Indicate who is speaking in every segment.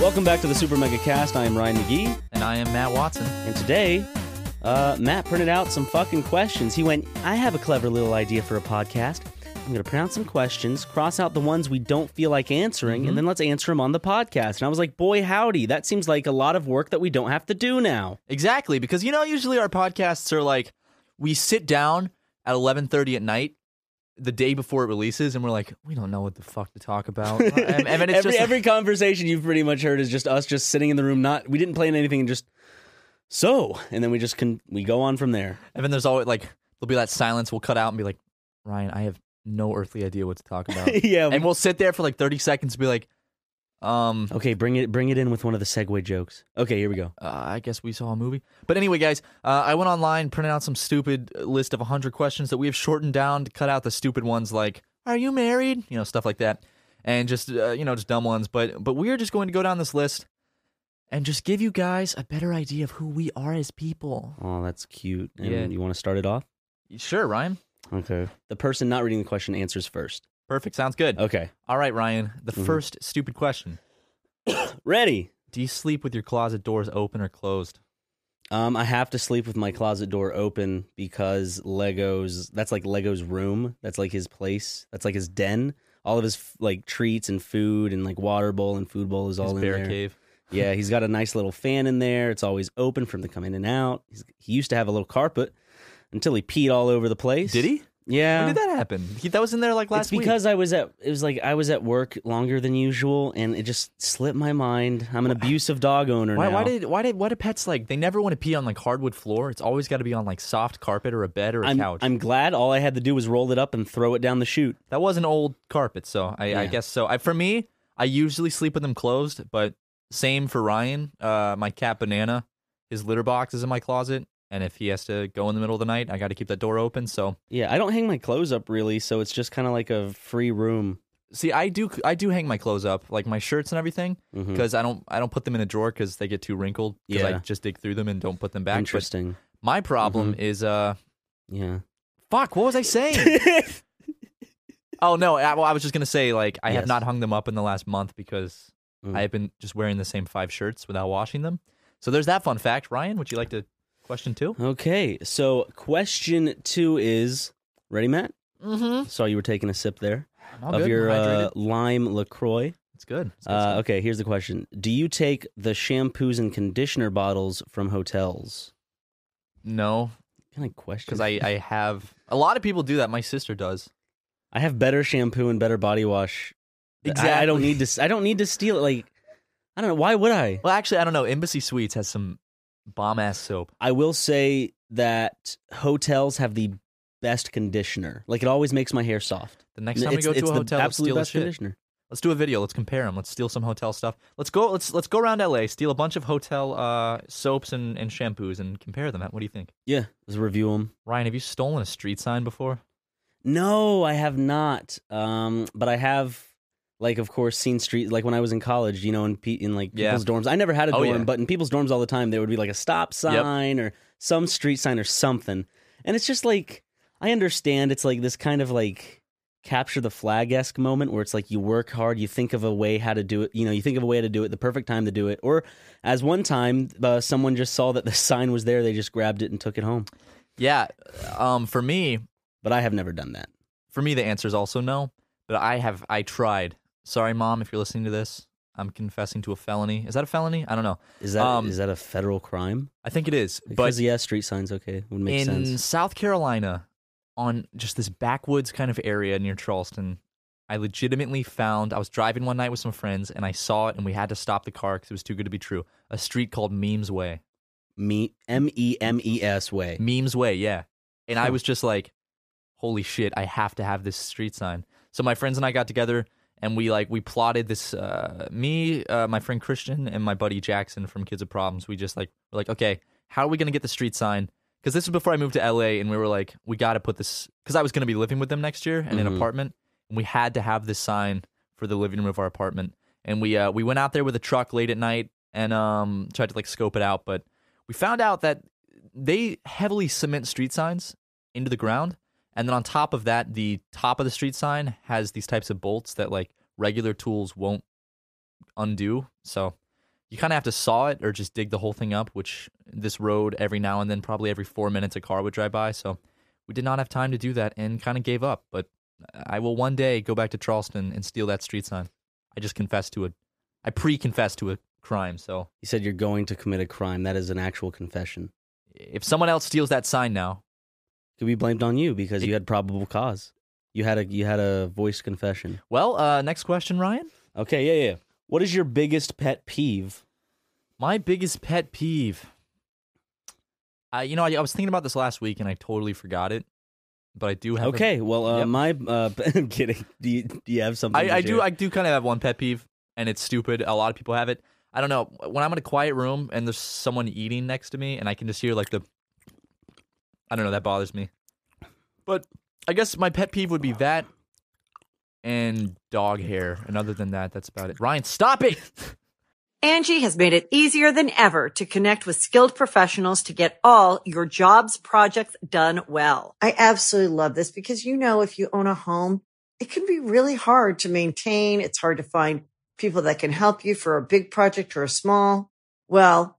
Speaker 1: Welcome back to the Super Mega Cast. I am Ryan McGee,
Speaker 2: And I am Matt Watson.
Speaker 1: and today, uh, Matt printed out some fucking questions. He went, I have a clever little idea for a podcast. I'm going to print out some questions, cross out the ones we don't feel like answering, and then let's answer them on the podcast. And I was like, boy, howdy, that seems like a lot of work that we don't have to do now.
Speaker 2: Exactly, because you know usually our podcasts are like we sit down at 11:30 at night the day before it releases and we're like we don't know what the fuck to talk about.
Speaker 1: Um,
Speaker 2: and, and it's
Speaker 1: every,
Speaker 2: just
Speaker 1: every conversation you've pretty much heard is just us just sitting in the room, not, we didn't plan anything and just, so, and then we just can, we go on from there.
Speaker 2: and then there's always like there'll be that silence we'll cut out and be like Ryan, I have no earthly idea what to talk about.
Speaker 1: yeah.
Speaker 2: and we'll sit there for like 30 seconds and be like um
Speaker 1: okay, bring it, bring it in with one of the segue jokes. Okay, here we go.
Speaker 2: uh, I guess we saw a movie. But anyway, guys, uh, I went online, printed out some stupid list of 100 questions that we have shortened down to cut out the stupid ones like, are you married? You know, stuff like that. And just, uh, you know, just dumb ones. But, but we are just going to go down this list and just give you guys a better idea of who we are as people.
Speaker 1: Oh, that's cute. And
Speaker 2: Yeah.
Speaker 1: you want to start it off?
Speaker 2: Sure, Ryan.
Speaker 1: Okay. The person not reading the question answers first.
Speaker 2: Perfect. Sounds good.
Speaker 1: Okay.
Speaker 2: All right, Ryan. The
Speaker 1: Mm-hmm.
Speaker 2: first stupid question
Speaker 1: Ready.
Speaker 2: Do you sleep with your closet doors open or closed?
Speaker 1: Um, I have to sleep with my closet door open because Lego's that's like Lego's room. That's like his place. That's like his den. All of his f- like treats and food and like water bowl and food bowl is all
Speaker 2: His
Speaker 1: in
Speaker 2: bear
Speaker 1: there.
Speaker 2: cave.
Speaker 1: Yeah, he's got a nice little fan in there. It's always open for him to come in and out. He's, he used to have a little carpet until he peed all over the place.
Speaker 2: Did he?
Speaker 1: Yeah.
Speaker 2: When did that happen? He, that was in there like last
Speaker 1: it's
Speaker 2: week.
Speaker 1: because I was at it was like I was at work longer than usual and it just slipped my mind. I'm an abusive dog owner
Speaker 2: Why,
Speaker 1: now.
Speaker 2: why did why did why do pets like they never want to pee on like hardwood floor? It's always got to be on like soft carpet or a bed or a
Speaker 1: I'm,
Speaker 2: couch.
Speaker 1: I'm glad all I had to do was roll it up and throw it down the chute.
Speaker 2: that was an old carpet, so I, I
Speaker 1: Yeah.
Speaker 2: guess so. I for me, I usually sleep with them closed, but same for Ryan. Uh, my cat Banana, his litter box is in my closet, and if he has to go in the middle of the night, I got to keep that door open. So
Speaker 1: Yeah, I don't hang my clothes up really, so it's just kind of like a free room.
Speaker 2: see, I do I do hang my clothes up, like my shirts and everything, because I don't I don't put them in a drawer because they get too wrinkled. 'cause I
Speaker 1: Hmm. Yeah.
Speaker 2: just dig through them and don't put them back. But
Speaker 1: Interesting.
Speaker 2: my problem
Speaker 1: Mm-hmm.
Speaker 2: is uh.
Speaker 1: Yeah.
Speaker 2: Fuck, what was I saying? oh no, I, well, I was just gonna say like I have
Speaker 1: Yes.
Speaker 2: not hung them up in the last month because
Speaker 1: Mm.
Speaker 2: I have been just wearing the same five shirts without washing them. So there's that fun fact. Ryan, would you like to question two?
Speaker 1: Okay, so question two is ready, Matt.
Speaker 2: Mm-hmm.
Speaker 1: Saw you were taking a sip there
Speaker 2: All
Speaker 1: of
Speaker 2: good.
Speaker 1: your uh,
Speaker 2: Hydrated.
Speaker 1: lime Lacroix.
Speaker 2: it's good. It's good
Speaker 1: Uh,
Speaker 2: stuff.
Speaker 1: okay, here's the question: Do you take the shampoos and conditioner bottles from hotels?
Speaker 2: No,
Speaker 1: What kind of question?
Speaker 2: because I, I have a lot of people do that. My sister does.
Speaker 1: I have better shampoo and better body wash. I- I, don't
Speaker 2: Exactly.
Speaker 1: need to. s- I don't need to steal it. Like, I don't know. Why would I?
Speaker 2: Well, actually, I don't know. Embassy Suites has some bomb ass soap.
Speaker 1: I will say that hotels have the best conditioner. Like it always makes my hair soft.
Speaker 2: The next time we
Speaker 1: It's-
Speaker 2: go to
Speaker 1: it's
Speaker 2: a
Speaker 1: the
Speaker 2: hotel, let's
Speaker 1: absolute
Speaker 2: steal the
Speaker 1: best
Speaker 2: shit.
Speaker 1: conditioner.
Speaker 2: Let's do a video. Let's compare them. Let's steal some hotel stuff. Let's go. Let's let's go around LA, steal a bunch of hotel uh, soaps and, and shampoos, and compare them. What do you think,
Speaker 1: Yeah, let's review them.
Speaker 2: Ryan? Have you stolen a street sign before?
Speaker 1: No, I have not. Um, but I have, like, of course, seen street. Like when I was in college, you know, in pe- in like
Speaker 2: Yeah.
Speaker 1: people's dorms. I never had a
Speaker 2: Oh,
Speaker 1: dorm,
Speaker 2: yeah.
Speaker 1: but in people's dorms all the time, there would be like a stop sign or some street sign or something. And it's just like I understand. It's like this kind of like capture the flag esque moment where it's like you work hard, you think of a way how to do it. You know, you think of a way how to do it, the perfect time to do it. Or as one time, uh, someone just saw that the sign was there, they just grabbed it and took it home.
Speaker 2: Yeah. Um. For me,
Speaker 1: But I have never done that.
Speaker 2: for me, the answer is also no. But I have. I tried. Sorry, mom, if you're listening to this, I'm confessing to a felony. Is that a felony? I don't know.
Speaker 1: Is that is
Speaker 2: Um,
Speaker 1: that a federal crime?
Speaker 2: I think it is. But
Speaker 1: Because yeah, street signs okay would make
Speaker 2: in
Speaker 1: sense.
Speaker 2: South Carolina, on just this backwoods kind of area near Charleston, I legitimately found I was driving one night with some friends and I saw it and we had to stop the car because it was too good to be true. A street called Memes Way.
Speaker 1: Me M E M E S way.
Speaker 2: Memes Way, yeah. And I
Speaker 1: Huh.
Speaker 2: was just like, holy shit, I have to have this street sign. So my friends and I got together and we like we plotted this uh me, uh, my friend Christian and my buddy Jackson from Kids of Problems. We just like we're like, okay, how are we gonna get the street sign? Because this was before I moved to LA and we were like, we gotta put this because I was gonna be living with them next year in an
Speaker 1: Mhm.
Speaker 2: apartment, and we had to have this sign for the living room of our apartment. And we uh we went out there with a truck late at night and um tried to like scope it out, but we found out that they heavily cement street signs into the ground and then on top of that the top of the street sign has these types of bolts that like regular tools won't undo so you kind of have to saw it or just dig the whole thing up which this road every now and then probably every four minutes a car would drive by so we did not have time to do that and kind of gave up but i will one day go back to charleston and steal that street sign i just confessed to a i pre-confessed to a crime so
Speaker 1: You said you're going to commit a crime. That is an actual confession.
Speaker 2: if someone else steals that sign now
Speaker 1: Could be blamed on you because
Speaker 2: It-
Speaker 1: you had probable cause. You had a you had a voice confession.
Speaker 2: well uh next question ryan
Speaker 1: Okay, yeah, yeah. What is your biggest pet peeve?
Speaker 2: My biggest pet peeve. I, you know, I, I was thinking about this last week and I totally forgot it, but I do have. a-
Speaker 1: Okay, well, uh,
Speaker 2: Yep.
Speaker 1: my uh, I'm kidding. Do you, do you have something?
Speaker 2: I,
Speaker 1: to
Speaker 2: I do.
Speaker 1: share?
Speaker 2: I do kind of have one pet peeve, and it's stupid. A lot of people have it. I don't know. When I'm in a quiet room and there's someone eating next to me, and I can just hear like the. I don't know. That bothers me. But I guess my pet peeve would be that, and dog hair. And other than that, that's about it. Ryan, stop it.
Speaker 3: Angie has made it easier than ever to connect with skilled professionals to get all your jobs projects done well. I absolutely love this because, you know, if you own a home, it can be really hard to maintain. It's hard to find people that can help you for a big project or a small. Well,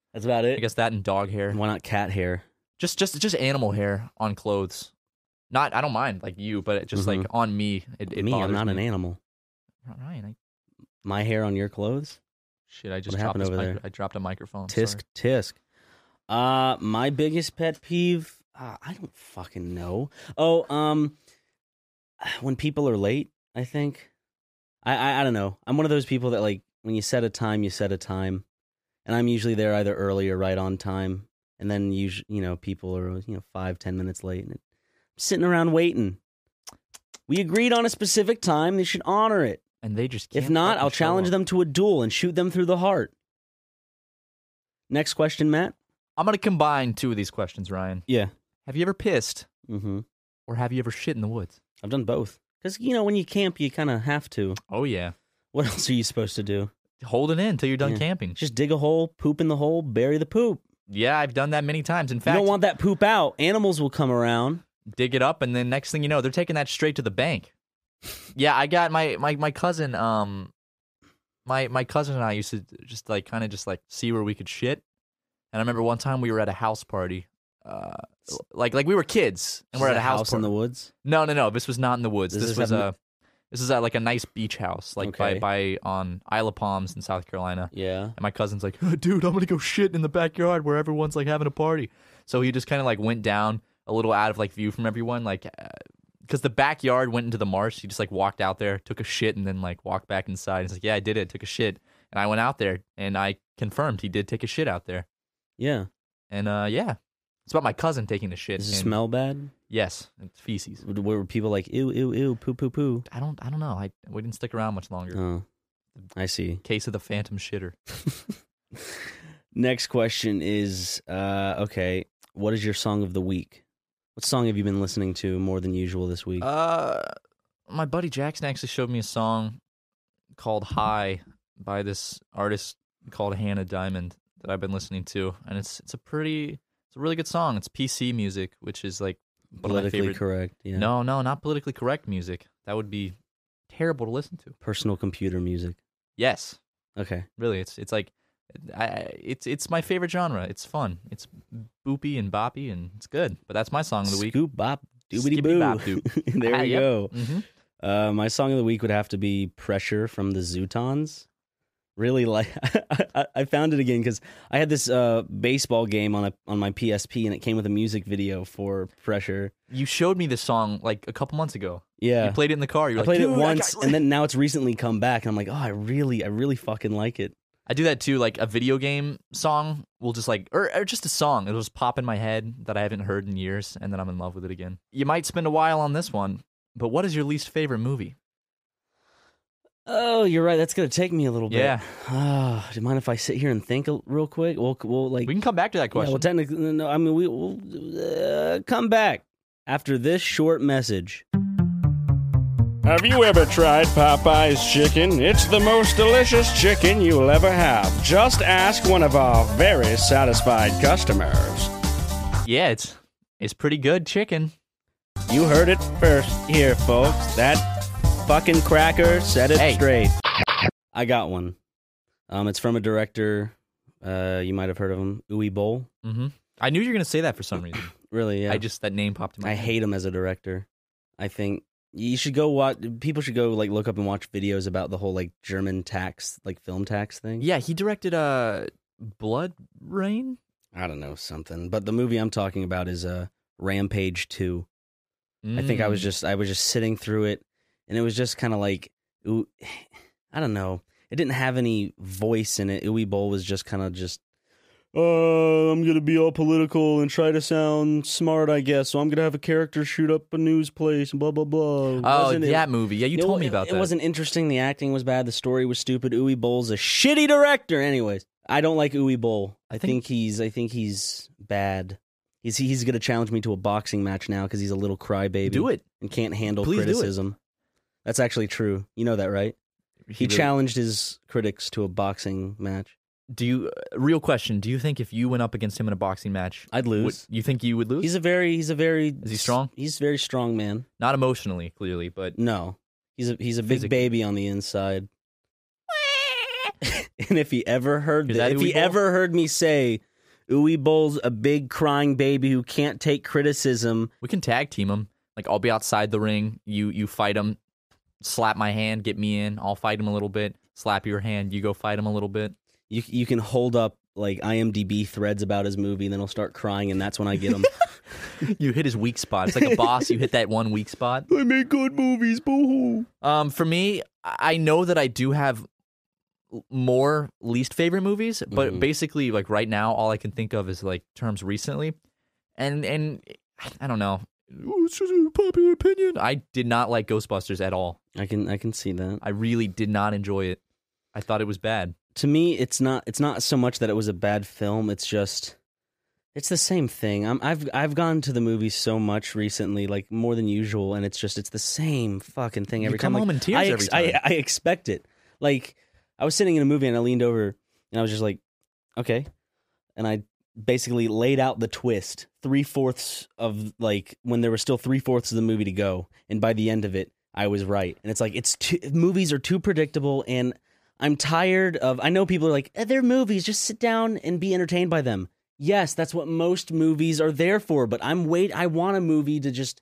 Speaker 1: That's about it.
Speaker 2: I guess that and dog hair.
Speaker 1: Why not cat hair?
Speaker 2: just just just animal hair on clothes. Not I don't mind like you, but it just like
Speaker 1: Mhm.
Speaker 2: on me. It, it
Speaker 1: me,
Speaker 2: bothers
Speaker 1: I'm not
Speaker 2: me.
Speaker 1: an animal.
Speaker 2: Ryan, I,
Speaker 1: My hair on your clothes.
Speaker 2: shit, I just
Speaker 1: What
Speaker 2: dropped
Speaker 1: happened
Speaker 2: this
Speaker 1: over
Speaker 2: micro-
Speaker 1: there?
Speaker 2: I dropped a microphone.
Speaker 1: Tisk
Speaker 2: Oh, sorry.
Speaker 1: tisk. Uh my biggest pet peeve, uh, I don't fucking know. Oh, um when people are late, I think. I, I I don't know. I'm one of those people that like when you set a time, you set a time. And I'm usually there either early or right on time. And then usually, you know, people are you know 5 10 minutes late and it, sitting around waiting. We agreed on a specific time, they should honor it.
Speaker 2: And they just
Speaker 1: If
Speaker 2: can't
Speaker 1: not,
Speaker 2: fucking
Speaker 1: I'll
Speaker 2: show
Speaker 1: challenge
Speaker 2: up.
Speaker 1: them to a duel and shoot them through the heart. Next question, Matt.
Speaker 2: I'm gonna combine two of these questions, Ryan.
Speaker 1: Yeah.
Speaker 2: Have you ever pissed
Speaker 1: Mm-hmm.
Speaker 2: or have you ever shit in the woods?
Speaker 1: I've done both. Because, you know, when you camp, you kind of have to.
Speaker 2: Oh yeah,
Speaker 1: What else are you supposed to do?
Speaker 2: hold it in till you're done
Speaker 1: Yeah.
Speaker 2: camping.
Speaker 1: Just dig a hole, poop in the hole, bury the poop.
Speaker 2: Yeah, I've done that many times. In
Speaker 1: you
Speaker 2: fact,
Speaker 1: don't want that poop out. Animals will come around.
Speaker 2: dig it up, and then next thing you know, they're taking that straight to the bank. yeah, I got my my my cousin. Um, my my cousin and I used to just like kind of just like see where we could shit. And I remember one time we were at a house party. Uh, like like we were kids and
Speaker 1: This
Speaker 2: we're
Speaker 1: is
Speaker 2: at a house,
Speaker 1: in
Speaker 2: party.
Speaker 1: the woods.
Speaker 2: No, no, no. This was not in the woods.
Speaker 1: This
Speaker 2: This,
Speaker 1: is
Speaker 2: was
Speaker 1: up in-
Speaker 2: a this is at like a nice beach house, like
Speaker 1: Okay.
Speaker 2: by by on Isle of Palms in South Carolina.
Speaker 1: Yeah.
Speaker 2: And my cousin's like, "Oh, dude, I'm gonna go shit in the backyard where everyone's like having a party. So he just kind of like went down a little out of like view from everyone, like because the backyard went into the marsh. He just like walked out there, took a shit, and then like walked back inside. He's like, "Yeah, I did it. Took a shit." And I went out there and I confirmed he did take a shit out there.
Speaker 1: Yeah.
Speaker 2: And uh, yeah, it's about my cousin taking a shit.
Speaker 1: Does it
Speaker 2: and-
Speaker 1: smell bad?
Speaker 2: Yes, it's feces.
Speaker 1: Were people like, ew, ew, ew, poo, poo, poo?
Speaker 2: I don't. I don't know. I we didn't stick around much longer.
Speaker 1: Oh, I see.
Speaker 2: Case of the phantom shitter.
Speaker 1: Next question is uh, okay. What is your song of the week? What song have you been listening to more than usual this week?
Speaker 2: Uh, my buddy Jackson actually showed me a song called "High" by this artist called Hannah Diamond that I've been listening to, and it's it's a pretty, it's a really good song. It's PC music, which is like one of my
Speaker 1: Politically
Speaker 2: favorite-
Speaker 1: correct. Yeah.
Speaker 2: no, no, not politically correct music. That would be terrible to listen to.
Speaker 1: Personal computer music.
Speaker 2: Yes,
Speaker 1: Okay.
Speaker 2: really, it's it's like. I, I- it's it's my favorite genre. It's fun. It's boopy and boppy, and it's good. But that's my song of the week.
Speaker 1: Scoop bop doobity
Speaker 2: Skippy bop
Speaker 1: boo.
Speaker 2: doop.
Speaker 1: there
Speaker 2: Ah,
Speaker 1: we
Speaker 2: yep.
Speaker 1: go.
Speaker 2: Mm-hmm.
Speaker 1: Uh, my song of the week would have to be "Pressure" from the Zootons. Really like I, I found it again because I had this uh, baseball game on a on my PSP and it came with a music video for "Pressure."
Speaker 2: You showed me this song like a couple months ago.
Speaker 1: Yeah,
Speaker 2: You played it in the car. You
Speaker 1: I
Speaker 2: were like,
Speaker 1: played it
Speaker 2: "Dude, I
Speaker 1: once,
Speaker 2: got-
Speaker 1: and then now it's recently come back, and I'm like, oh, I really, I really fucking like it.
Speaker 2: I do that too. Like a video game song will just like, or, or just a song, it'll just pop in my head that I haven't heard in years, and then I'm in love with it again. You might spend a while on this one, but what is your least favorite movie?
Speaker 1: Oh, you're right. That's gonna take me a little bit.
Speaker 2: Yeah.
Speaker 1: Oh, do you mind if I sit here and think a, real quick? We'll, we'll like.
Speaker 2: We can come back to that
Speaker 1: yeah,
Speaker 2: question.
Speaker 1: well, technically, no. I mean, we will uh, come back after this short message.
Speaker 4: Have you ever tried Popeye's chicken? It's the most delicious chicken you'll ever have. Just ask one of our very satisfied customers.
Speaker 2: yeah, it's it's pretty good chicken.
Speaker 4: You heard it first here, folks. That fucking cracker said it
Speaker 2: Hey.
Speaker 4: straight.
Speaker 1: I got one. Um, it's from a director. Uh, you might have heard of him, Uwe Boll.
Speaker 2: hmm I knew you were gonna say that for some reason.
Speaker 1: Really? Yeah.
Speaker 2: I just that name popped in my.
Speaker 1: I
Speaker 2: head.
Speaker 1: hate him as a director. I think you should go watch. People should go like look up and watch videos about the whole like German tax, like film tax thing.
Speaker 2: Yeah, he directed uh, Blood Rain.
Speaker 1: I don't know something, but the movie I'm talking about is uh, Rampage Two. I think I was
Speaker 2: Mm.
Speaker 1: just I was just sitting through it, and it was just kind of like, ooh, I don't know. It didn't have any voice in it. Uwe Boll was just kind of just, uh, I'm gonna be all political and try to sound smart, I guess. So I'm gonna have a character shoot up a news place and blah blah blah.
Speaker 2: Oh,
Speaker 1: Wasn't it-
Speaker 2: that movie. Yeah, you
Speaker 1: No,
Speaker 2: told me
Speaker 1: it-
Speaker 2: about
Speaker 1: it
Speaker 2: that.
Speaker 1: wasn't interesting. The acting was bad. The story was stupid. Uwe Boll's a shitty director. Anyways, I don't like Uwe Boll. I,
Speaker 2: I
Speaker 1: think,
Speaker 2: think-
Speaker 1: he's I think he's bad. He's he's gonna challenge me to a boxing match now because he's a little crybaby
Speaker 2: Do it.
Speaker 1: and can't handle
Speaker 2: Please do it.
Speaker 1: criticism. That's actually true. You know that, right? He,
Speaker 2: really-
Speaker 1: challenged his critics to a boxing match.
Speaker 2: Do you? uh, Real question. Do you think if you went up against him in a boxing match,
Speaker 1: I'd
Speaker 2: would-
Speaker 1: lose.
Speaker 2: you think you would lose?
Speaker 1: He's a very he's a very
Speaker 2: Is he strong?
Speaker 1: He's a very strong man.
Speaker 2: Not emotionally, clearly, but
Speaker 1: No, he's a he's a big
Speaker 2: Physically.
Speaker 1: baby on the inside. and if he ever heard
Speaker 2: Is
Speaker 1: that,
Speaker 2: that
Speaker 1: if
Speaker 2: Uwe
Speaker 1: he
Speaker 2: Boll?
Speaker 1: ever heard me say, "Uwe Boll's a big crying baby who can't take criticism,"
Speaker 2: we can tag team him. Like I'll be outside the ring. You you fight him. Slap my hand. Get me in. I'll fight him a little bit. Slap your hand. You go fight him a little bit.
Speaker 1: you you can hold up like IMDb threads about his movie, and then he'll start crying, and that's when I get him.
Speaker 2: You hit his weak spot. It's like a boss. You hit that one weak spot.
Speaker 1: I make good movies, boo
Speaker 2: Um, for me, I I know that I do have l- more least favorite movies, but
Speaker 1: Mhm.
Speaker 2: basically, like right now, all I can think of is like terms recently, and and I don't know. It's just a popular opinion. I did not like Ghostbusters at all.
Speaker 1: I can I can see that.
Speaker 2: I really did not enjoy it. I thought it was bad.
Speaker 1: to me it's not it's not so much that it was a bad film it's just It's the same thing. I'm, I've I've gone to the movies so much recently, like more than usual, and it's just it's the same fucking thing
Speaker 2: You
Speaker 1: every
Speaker 2: come
Speaker 1: time.
Speaker 2: home
Speaker 1: like,
Speaker 2: in tears
Speaker 1: I uh,
Speaker 2: every time.
Speaker 1: I, I expect it. Like I was sitting in a movie and I leaned over and I was just like, okay, and I basically laid out the twist three fourths of like when there were still three fourths of the movie to go, and by the end of it, I was right. And it's like it's too, movies are too predictable, and I'm tired of. I know people are like "Eh, they're movies, just sit down and be entertained by them. Yes, that's what most movies are there for. But I'm wait. I want a movie to just.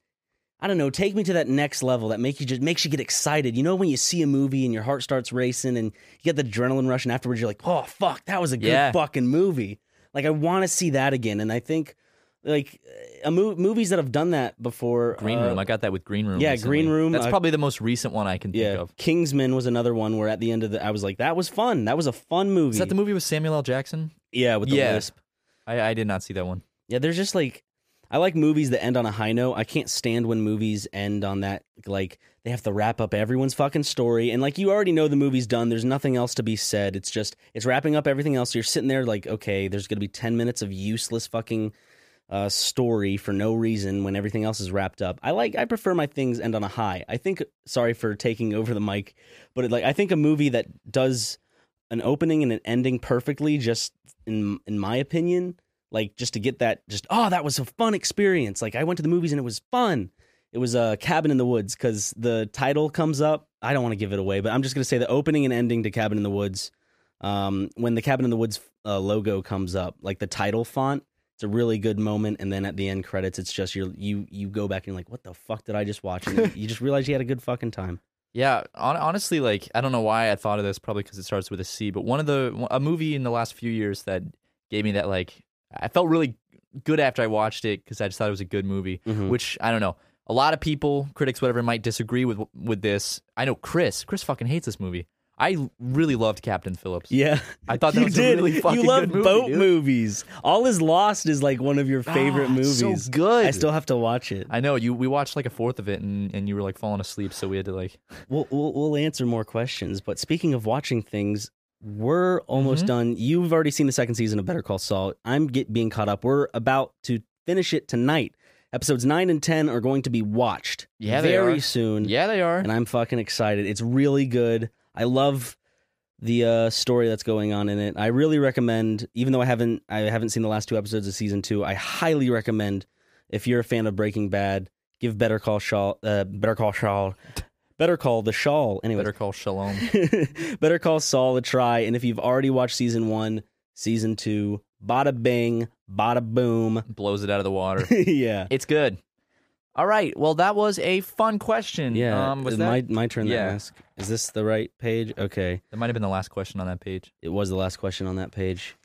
Speaker 1: I don't know. Take me to that next level that make you just makes you get excited. You know when you see a movie and your heart starts racing and you get the adrenaline rush, and afterwards you're like, "Oh fuck, that was a good
Speaker 2: Yeah.
Speaker 1: fucking movie." Like I want to see that again, and I think like a mo- movies that have done that before.
Speaker 2: Green
Speaker 1: uh,
Speaker 2: Room. I got that with Green Room.
Speaker 1: yeah,
Speaker 2: recently.
Speaker 1: Green Room,
Speaker 2: That's
Speaker 1: uh,
Speaker 2: probably the most recent one I can think
Speaker 1: yeah,
Speaker 2: of.
Speaker 1: Kingsman was another one where at the end of the, I was like, "That was fun. That was a fun movie."
Speaker 2: Is that the movie with Samuel L. Jackson?
Speaker 1: yeah, with the
Speaker 2: Yeah.
Speaker 1: lisp.
Speaker 2: I, I did not see that one.
Speaker 1: Yeah, there's just like I like movies that end on a high note. I can't stand when movies end on that like they have to wrap up everyone's fucking story and like you already know the movie's done. There's nothing else to be said. It's just it's wrapping up everything else. You're sitting there like, okay, there's going to be 10 minutes of useless fucking uh, story for no reason when everything else is wrapped up. I like I prefer my things end on a high. I think sorry for taking over the mic, but it, like I think a movie that does an opening and an ending perfectly just in in my opinion like just to get that just oh that was a fun experience like i went to the movies and it was fun it was a uh, cabin in the woods because the title comes up i don't want to give it away but i'm just going to say the opening and ending to cabin in the woods um, when the cabin in the woods uh, logo comes up like the title font it's a really good moment and then at the end credits it's just you you you go back and you're like what the fuck did i just watch and you- you just realize you had a good fucking time
Speaker 2: Yeah, hon- honestly, like I don't know why I thought of this. Probably because it starts with a C. But one of the a movie in the last few years that gave me that like I felt really good after I watched it because I just thought it was a good movie.
Speaker 1: Mhm.
Speaker 2: Which I don't know. A lot of people, critics, whatever, might disagree with with this. I know Chris. Chris fucking hates this movie. I really loved Captain Phillips.
Speaker 1: yeah
Speaker 2: I thought that
Speaker 1: you
Speaker 2: was a
Speaker 1: did
Speaker 2: really fucking
Speaker 1: you love
Speaker 2: good movie,
Speaker 1: boat
Speaker 2: dude.
Speaker 1: movies all is lost is like one of your favorite
Speaker 2: Ah, it's
Speaker 1: movies
Speaker 2: so good.
Speaker 1: i still have to watch it
Speaker 2: I know you. We watched like a fourth of it, and, and you were like falling asleep, so we had to like.
Speaker 1: We'll, we'll we'll answer more questions. But speaking of watching things, we're
Speaker 2: Mm-hmm.
Speaker 1: almost done. You've already seen the second season of Better Call Saul. I'm get being caught up. We're about to finish it tonight. Episodes nine and ten are going to be watched.
Speaker 2: Yeah, they
Speaker 1: very
Speaker 2: are.
Speaker 1: soon.
Speaker 2: Yeah, they are.
Speaker 1: and I'm fucking excited. It's really good. I love the uh, story that's going on in it. I really recommend, even though I haven't I haven't seen the last two episodes of season two, I highly recommend if you're a fan of Breaking Bad, give Better Call Shaw, uh, Better Call Shaw, Better Call the Shawl. Anyway,
Speaker 2: Better call Shalom.
Speaker 1: Better Call Saul a try. And if you've already watched season one, season two, bada bing, bada boom.
Speaker 2: Blows it out of the water.
Speaker 1: yeah.
Speaker 2: It's good. All right. Well, that was a fun question.
Speaker 1: Yeah.
Speaker 2: Um, was that,
Speaker 1: my, my turn
Speaker 2: Yeah.
Speaker 1: to ask. Is this the right page? Okay.
Speaker 2: that might have been the last question on that page.
Speaker 1: It was the last question on that page.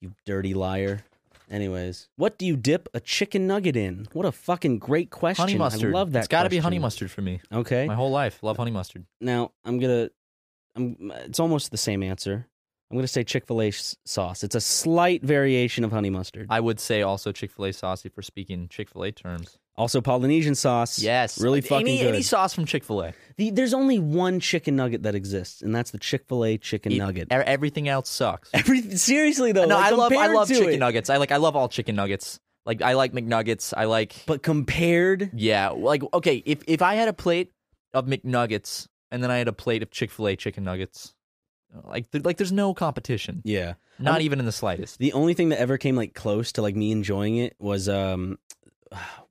Speaker 1: You dirty liar. Anyways, what do you dip a chicken nugget in? What a fucking great question.
Speaker 2: Honey mustard.
Speaker 1: I love that.
Speaker 2: It's got to be
Speaker 1: question.
Speaker 2: honey mustard for me.
Speaker 1: Okay.
Speaker 2: My whole life, love honey mustard.
Speaker 1: Now, I'm going to I'm it's almost the same answer. I'm going to say Chick-fil-A s- sauce. It's a slight variation of honey mustard.
Speaker 2: I would say also Chick Fil A sauce if we're speaking Chick Fil A terms.
Speaker 1: Also, Polynesian sauce.
Speaker 2: Yes.
Speaker 1: really
Speaker 2: Any-
Speaker 1: fucking
Speaker 2: any,
Speaker 1: good.
Speaker 2: Any sauce from Chick Fil A.
Speaker 1: The- there's only one chicken nugget that exists, and that's the Chick Fil A chicken nugget.
Speaker 2: e, Everything else sucks.
Speaker 1: Every, seriously though,
Speaker 2: no,
Speaker 1: like,
Speaker 2: I love I
Speaker 1: compared
Speaker 2: love
Speaker 1: to
Speaker 2: chicken
Speaker 1: it-
Speaker 2: nuggets. I like I love all chicken nuggets. Like I like McNuggets. I like
Speaker 1: But compared,
Speaker 2: Yeah, like okay, if if I had a plate of McNuggets and then I had a plate of Chick Fil A chicken nuggets, like th- like there's no competition,
Speaker 1: yeah,
Speaker 2: not even in the slightest.
Speaker 1: the only thing that ever came like close to like me enjoying it was um,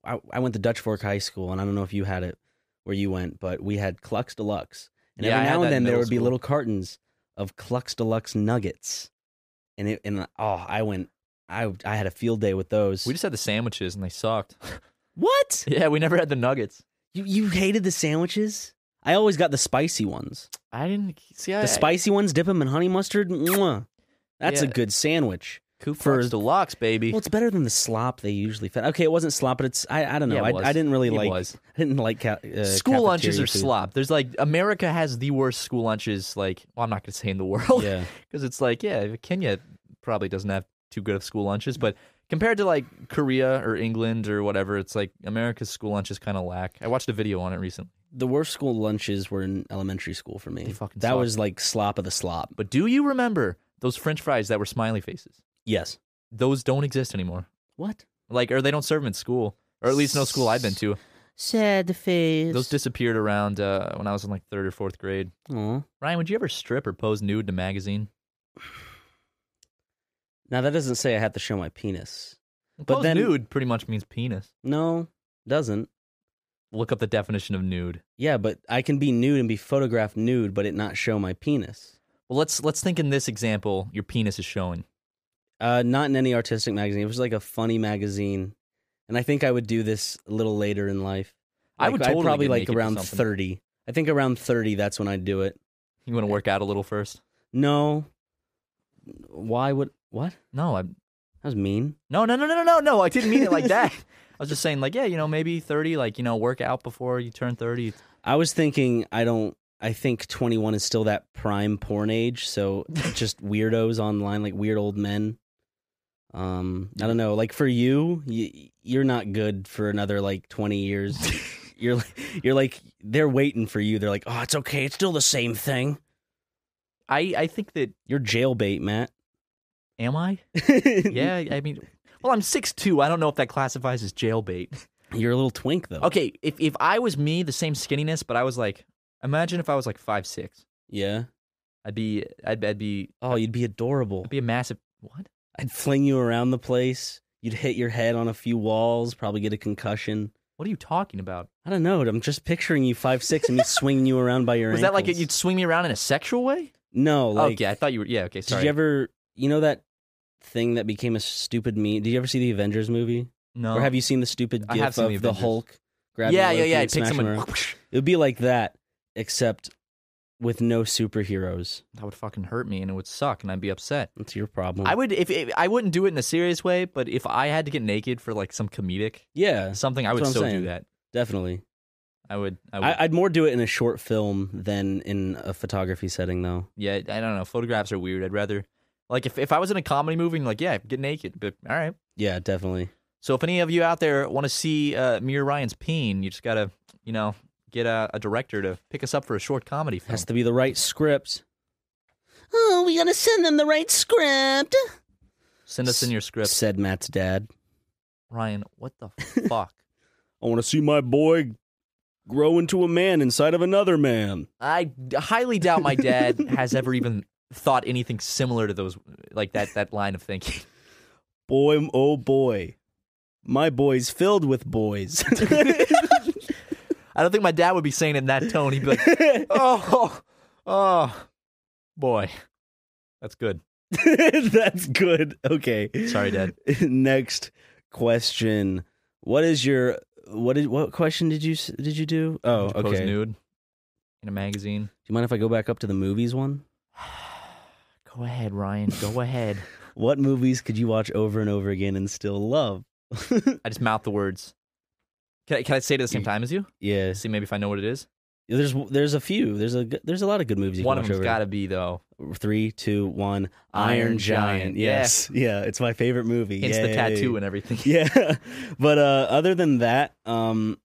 Speaker 1: I, I went to Dutch Fork High School, and I don't know if you had it where you went, but we had Clucks Deluxe, and
Speaker 2: Yeah, I
Speaker 1: every
Speaker 2: had
Speaker 1: now
Speaker 2: that
Speaker 1: and
Speaker 2: in
Speaker 1: then there
Speaker 2: middle
Speaker 1: would be
Speaker 2: school.
Speaker 1: little cartons of Clucks Deluxe nuggets, and it and oh, I went, I I had a field day with those.
Speaker 2: We just had the sandwiches and they sucked.
Speaker 1: what?
Speaker 2: yeah, we never had the nuggets.
Speaker 1: You you hated the sandwiches? I always got the spicy ones.
Speaker 2: I didn't see I,
Speaker 1: The spicy ones, dip them in honey mustard. Mwah. That's a
Speaker 2: Yeah.
Speaker 1: good sandwich.
Speaker 2: Ku
Speaker 1: for-
Speaker 2: Klux deluxe, baby.
Speaker 1: Well, it's better than the slop they usually fed. Okay, it wasn't slop, but it's I, I don't know.
Speaker 2: Yeah, it
Speaker 1: I,
Speaker 2: was.
Speaker 1: I didn't really
Speaker 2: It
Speaker 1: like.
Speaker 2: was.
Speaker 1: I didn't like ca- uh,
Speaker 2: school lunches
Speaker 1: cafeteria
Speaker 2: are
Speaker 1: food.
Speaker 2: slop. There's like America has the worst school lunches. Like, well, I'm not gonna say in the world.
Speaker 1: Yeah.
Speaker 2: because it's like yeah, Kenya probably doesn't have too good of school
Speaker 1: Mm.
Speaker 2: lunches, but compared to like Korea or England or whatever, it's like America's school lunches kind of lack. I watched a video on it recently.
Speaker 1: The worst school lunches were in elementary school for me.
Speaker 2: They fucking
Speaker 1: that
Speaker 2: suck.
Speaker 1: was like slop of the slop.
Speaker 2: But do you remember those French fries that were smiley faces?
Speaker 1: Yes,
Speaker 2: Those don't exist anymore.
Speaker 1: What?
Speaker 2: Like, or they don't serve them in school, or at least no school I've been to.
Speaker 1: Sad face.
Speaker 2: Those disappeared around uh, when I was in like third or fourth grade.
Speaker 1: Aw.
Speaker 2: Ryan, would you ever strip or pose nude in a magazine?
Speaker 1: Now that doesn't say I have to show my penis. But
Speaker 2: But pose
Speaker 1: then-
Speaker 2: nude pretty much means penis.
Speaker 1: No, doesn't.
Speaker 2: Look up the definition of nude.
Speaker 1: Yeah, but I can be nude and be photographed nude, but it not show my penis.
Speaker 2: Well, let's let's think in this example, your penis is showing.
Speaker 1: Uh, not in any artistic magazine. It was like a funny magazine, and I think I would do this a little later in life.
Speaker 2: I
Speaker 1: Like,
Speaker 2: would
Speaker 1: I'd
Speaker 2: totally
Speaker 1: probably
Speaker 2: get
Speaker 1: like
Speaker 2: naked for
Speaker 1: around
Speaker 2: something.
Speaker 1: thirty. I think around thirty. That's when I'd do it.
Speaker 2: You want to work out a little first?
Speaker 1: No. Why would what?
Speaker 2: No, I'm
Speaker 1: That was mean.
Speaker 2: no no no no no no no. I didn't mean it like that. I was just saying, like, yeah, you know, maybe thirty, like, you know, work out before you turn thirty.
Speaker 1: I was thinking. I don't. I think twenty one is still that prime porn age. So just weirdos online, like weird old men. Um, I don't know. Like for you, you you're not good for another like twenty years. you're you're like they're waiting for you. They're like, oh, it's okay. It's still the same thing.
Speaker 2: I I think that
Speaker 1: You're jailbait, Matt.
Speaker 2: am I? Yeah, I mean, well, I'm six two. I don't know if that classifies as jailbait.
Speaker 1: You're a little twink though.
Speaker 2: Okay, if if I was me, the same skinniness, but I was like, imagine if I was like five six.
Speaker 1: Yeah.
Speaker 2: I'd be I'd, I'd be
Speaker 1: Oh, you'd be adorable.
Speaker 2: I'd be a massive what?
Speaker 1: I'd fling you around the place. You'd hit your head on a few walls, probably get a concussion.
Speaker 2: What are you talking about?
Speaker 1: I don't know. I'm just picturing you five six and me swinging you around by your.
Speaker 2: Was that like
Speaker 1: ankles.
Speaker 2: you'd swing me around in a sexual way?
Speaker 1: No, like
Speaker 2: okay, I thought you were. Yeah, okay.
Speaker 1: did
Speaker 2: Sorry.
Speaker 1: you ever? You know that thing that became a stupid meme. Did you ever see the Avengers movie?
Speaker 2: No.
Speaker 1: Or have you seen the stupid
Speaker 2: I
Speaker 1: gif
Speaker 2: have
Speaker 1: of
Speaker 2: seen the
Speaker 1: the,
Speaker 2: Avengers.
Speaker 1: Hulk? grabbing
Speaker 2: yeah,
Speaker 1: a
Speaker 2: yeah,
Speaker 1: lady
Speaker 2: yeah.
Speaker 1: and
Speaker 2: It picks
Speaker 1: smashing
Speaker 2: someone.
Speaker 1: her around? It would be like that, except with no superheroes.
Speaker 2: That would fucking hurt me, and it would suck, and I'd be upset.
Speaker 1: That's your problem.
Speaker 2: I would if, if I wouldn't do it in a serious way, but if I had to get naked for like some comedic
Speaker 1: Yeah,
Speaker 2: something, I
Speaker 1: That's
Speaker 2: would
Speaker 1: what I'm
Speaker 2: still
Speaker 1: saying.
Speaker 2: do that.
Speaker 1: definitely.
Speaker 2: I would. I would.
Speaker 1: I, I'd more do it in a short film than in a photography setting, though.
Speaker 2: yeah, I don't know. Photographs are weird. I'd rather like if if I was in a comedy movie, and like yeah, get naked. But all right.
Speaker 1: Yeah, definitely.
Speaker 2: So if any of you out there want to see uh, me or Ryan's peen, you just gotta you know get a, a director to pick us up for a short comedy film.
Speaker 1: Has to be the right script. Oh, we gotta send them the right script.
Speaker 2: Send us in your script,
Speaker 1: Said Matt's dad.
Speaker 2: Ryan. What the fuck?
Speaker 1: I want to see my boy grow into a man inside of another man.
Speaker 2: I d- highly doubt my dad has ever even thought anything similar to those, like that that line of thinking.
Speaker 1: Boy, oh boy, my boy's filled with boys.
Speaker 2: I don't think my dad would be saying it in that tone. He'd be like, "Oh, oh, oh, boy, that's good."
Speaker 1: That's good. Okay.
Speaker 2: Sorry, Dad.
Speaker 1: Next question. What is your what did what question did you s- did you do? Oh,
Speaker 2: Would you pose
Speaker 1: okay. Do
Speaker 2: nude in a magazine.
Speaker 1: you mind if I go back up to the movies one?
Speaker 2: Go ahead, Ryan. Go ahead.
Speaker 1: What movies could you watch over and over again and still love?
Speaker 2: I just mouth the words. Can I, can I say it at the same time as you?
Speaker 1: yes.
Speaker 2: See, maybe if I know what it is.
Speaker 1: There's there's a few. There's a g- there's a lot of good movies. You
Speaker 2: One
Speaker 1: can
Speaker 2: of
Speaker 1: watch
Speaker 2: them's
Speaker 1: over.
Speaker 2: got to be though.
Speaker 1: Three, two, one.
Speaker 2: Iron
Speaker 1: Iron
Speaker 2: Giant.
Speaker 1: Giant. Yes. Yeah. it's my favorite movie.
Speaker 2: Hence the
Speaker 1: Yay.
Speaker 2: tattoo and everything.
Speaker 1: yeah. But uh, other than that, um,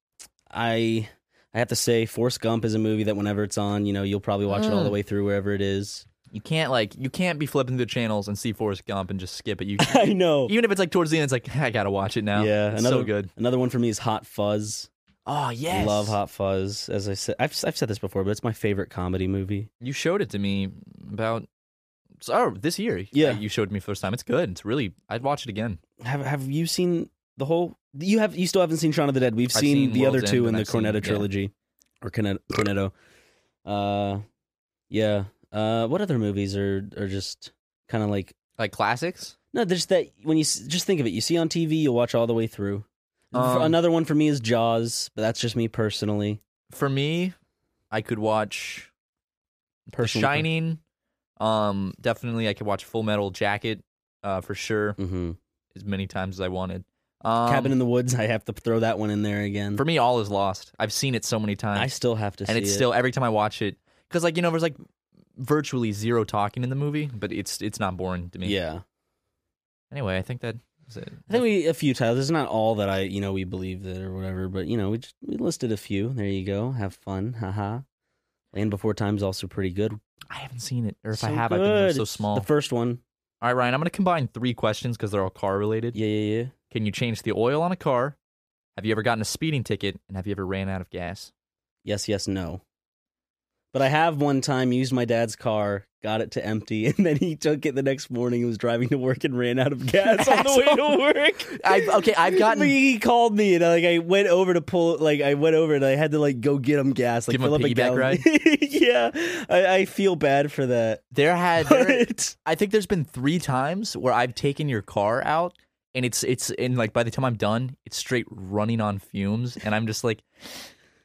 Speaker 1: I I have to say, Forrest Gump is a movie that whenever it's on, you know, you'll probably watch it all the way through wherever it is.
Speaker 2: You can't like you can't be flipping through the channels and see Forrest Gump and just skip it. You
Speaker 1: I know.
Speaker 2: even if it's like towards the end, it's like I gotta watch it now.
Speaker 1: yeah.
Speaker 2: it's
Speaker 1: another
Speaker 2: so good.
Speaker 1: Another one for me is Hot Fuzz.
Speaker 2: Oh yes,
Speaker 1: Love Hot Fuzz. As I said, I've I've said this before, but it's my favorite comedy movie.
Speaker 2: You showed it to me about so- oh this year.
Speaker 1: Yeah.
Speaker 2: Uh, you showed it to me first time. It's good. It's really I'd watch it again.
Speaker 1: Have Have you seen the whole? You have you still haven't seen Shaun of the Dead. We've
Speaker 2: I've
Speaker 1: seen,
Speaker 2: seen
Speaker 1: the other
Speaker 2: World's
Speaker 1: two
Speaker 2: End
Speaker 1: in
Speaker 2: and
Speaker 1: the
Speaker 2: I've seen-
Speaker 1: Cornetto
Speaker 2: yeah.
Speaker 1: trilogy, or Cornet- Cornetto. Uh, yeah. Uh, what other movies are are just kind of like
Speaker 2: Like classics.
Speaker 1: no, there's that when you s- just think of it, you see on TV, you'll watch all the way through. For-
Speaker 2: Um,
Speaker 1: Another one for me is Jaws, but that's just me personally.
Speaker 2: For me, I could watch The
Speaker 1: Personally,
Speaker 2: Shining. Um, definitely I could watch Full Metal Jacket. Uh, for sure,
Speaker 1: hmm
Speaker 2: as many times as I wanted. Um,
Speaker 1: Cabin in the Woods. I have to throw that one in there again.
Speaker 2: for me, all is lost. I've seen it so many times.
Speaker 1: I still have to.
Speaker 2: and
Speaker 1: see
Speaker 2: it's
Speaker 1: it.
Speaker 2: still every time I watch it because like you know there's like virtually zero talking in the movie, but it's it's not boring to me.
Speaker 1: yeah.
Speaker 2: Anyway, I think that was it.
Speaker 1: I think we a few titles. It's not all that I you know we believe that or whatever, but you know we just, we listed a few. There you go. Have fun. Haha. Land Before Time's also pretty good.
Speaker 2: I haven't seen it, or if I
Speaker 1: So
Speaker 2: have, I've been they're
Speaker 1: good.
Speaker 2: so
Speaker 1: It's
Speaker 2: small.
Speaker 1: The first one.
Speaker 2: All right, Ryan, I'm going to combine three questions because they're all car related.
Speaker 1: Yeah, yeah, yeah.
Speaker 2: Can you change the oil on a car? Have you ever gotten a speeding ticket? And have you ever ran out of gas?
Speaker 1: Yes, yes, no. But I have one time used my dad's car, got it to empty, and then he took it the next morning and was driving to work and ran out of gas on the way to work.
Speaker 2: I- okay, I've gotten-
Speaker 1: He he called me and like I went over to pull, like I went over and I had to like go get him gas, like
Speaker 2: Give him
Speaker 1: fill
Speaker 2: a
Speaker 1: up a
Speaker 2: piggyback
Speaker 1: gallon.
Speaker 2: ride?
Speaker 1: yeah, I, I feel bad for that.
Speaker 2: There had there,
Speaker 1: But
Speaker 2: I think there's been three times where I've taken your car out and it's it's and like by the time I'm done, it's straight running on fumes and I'm just like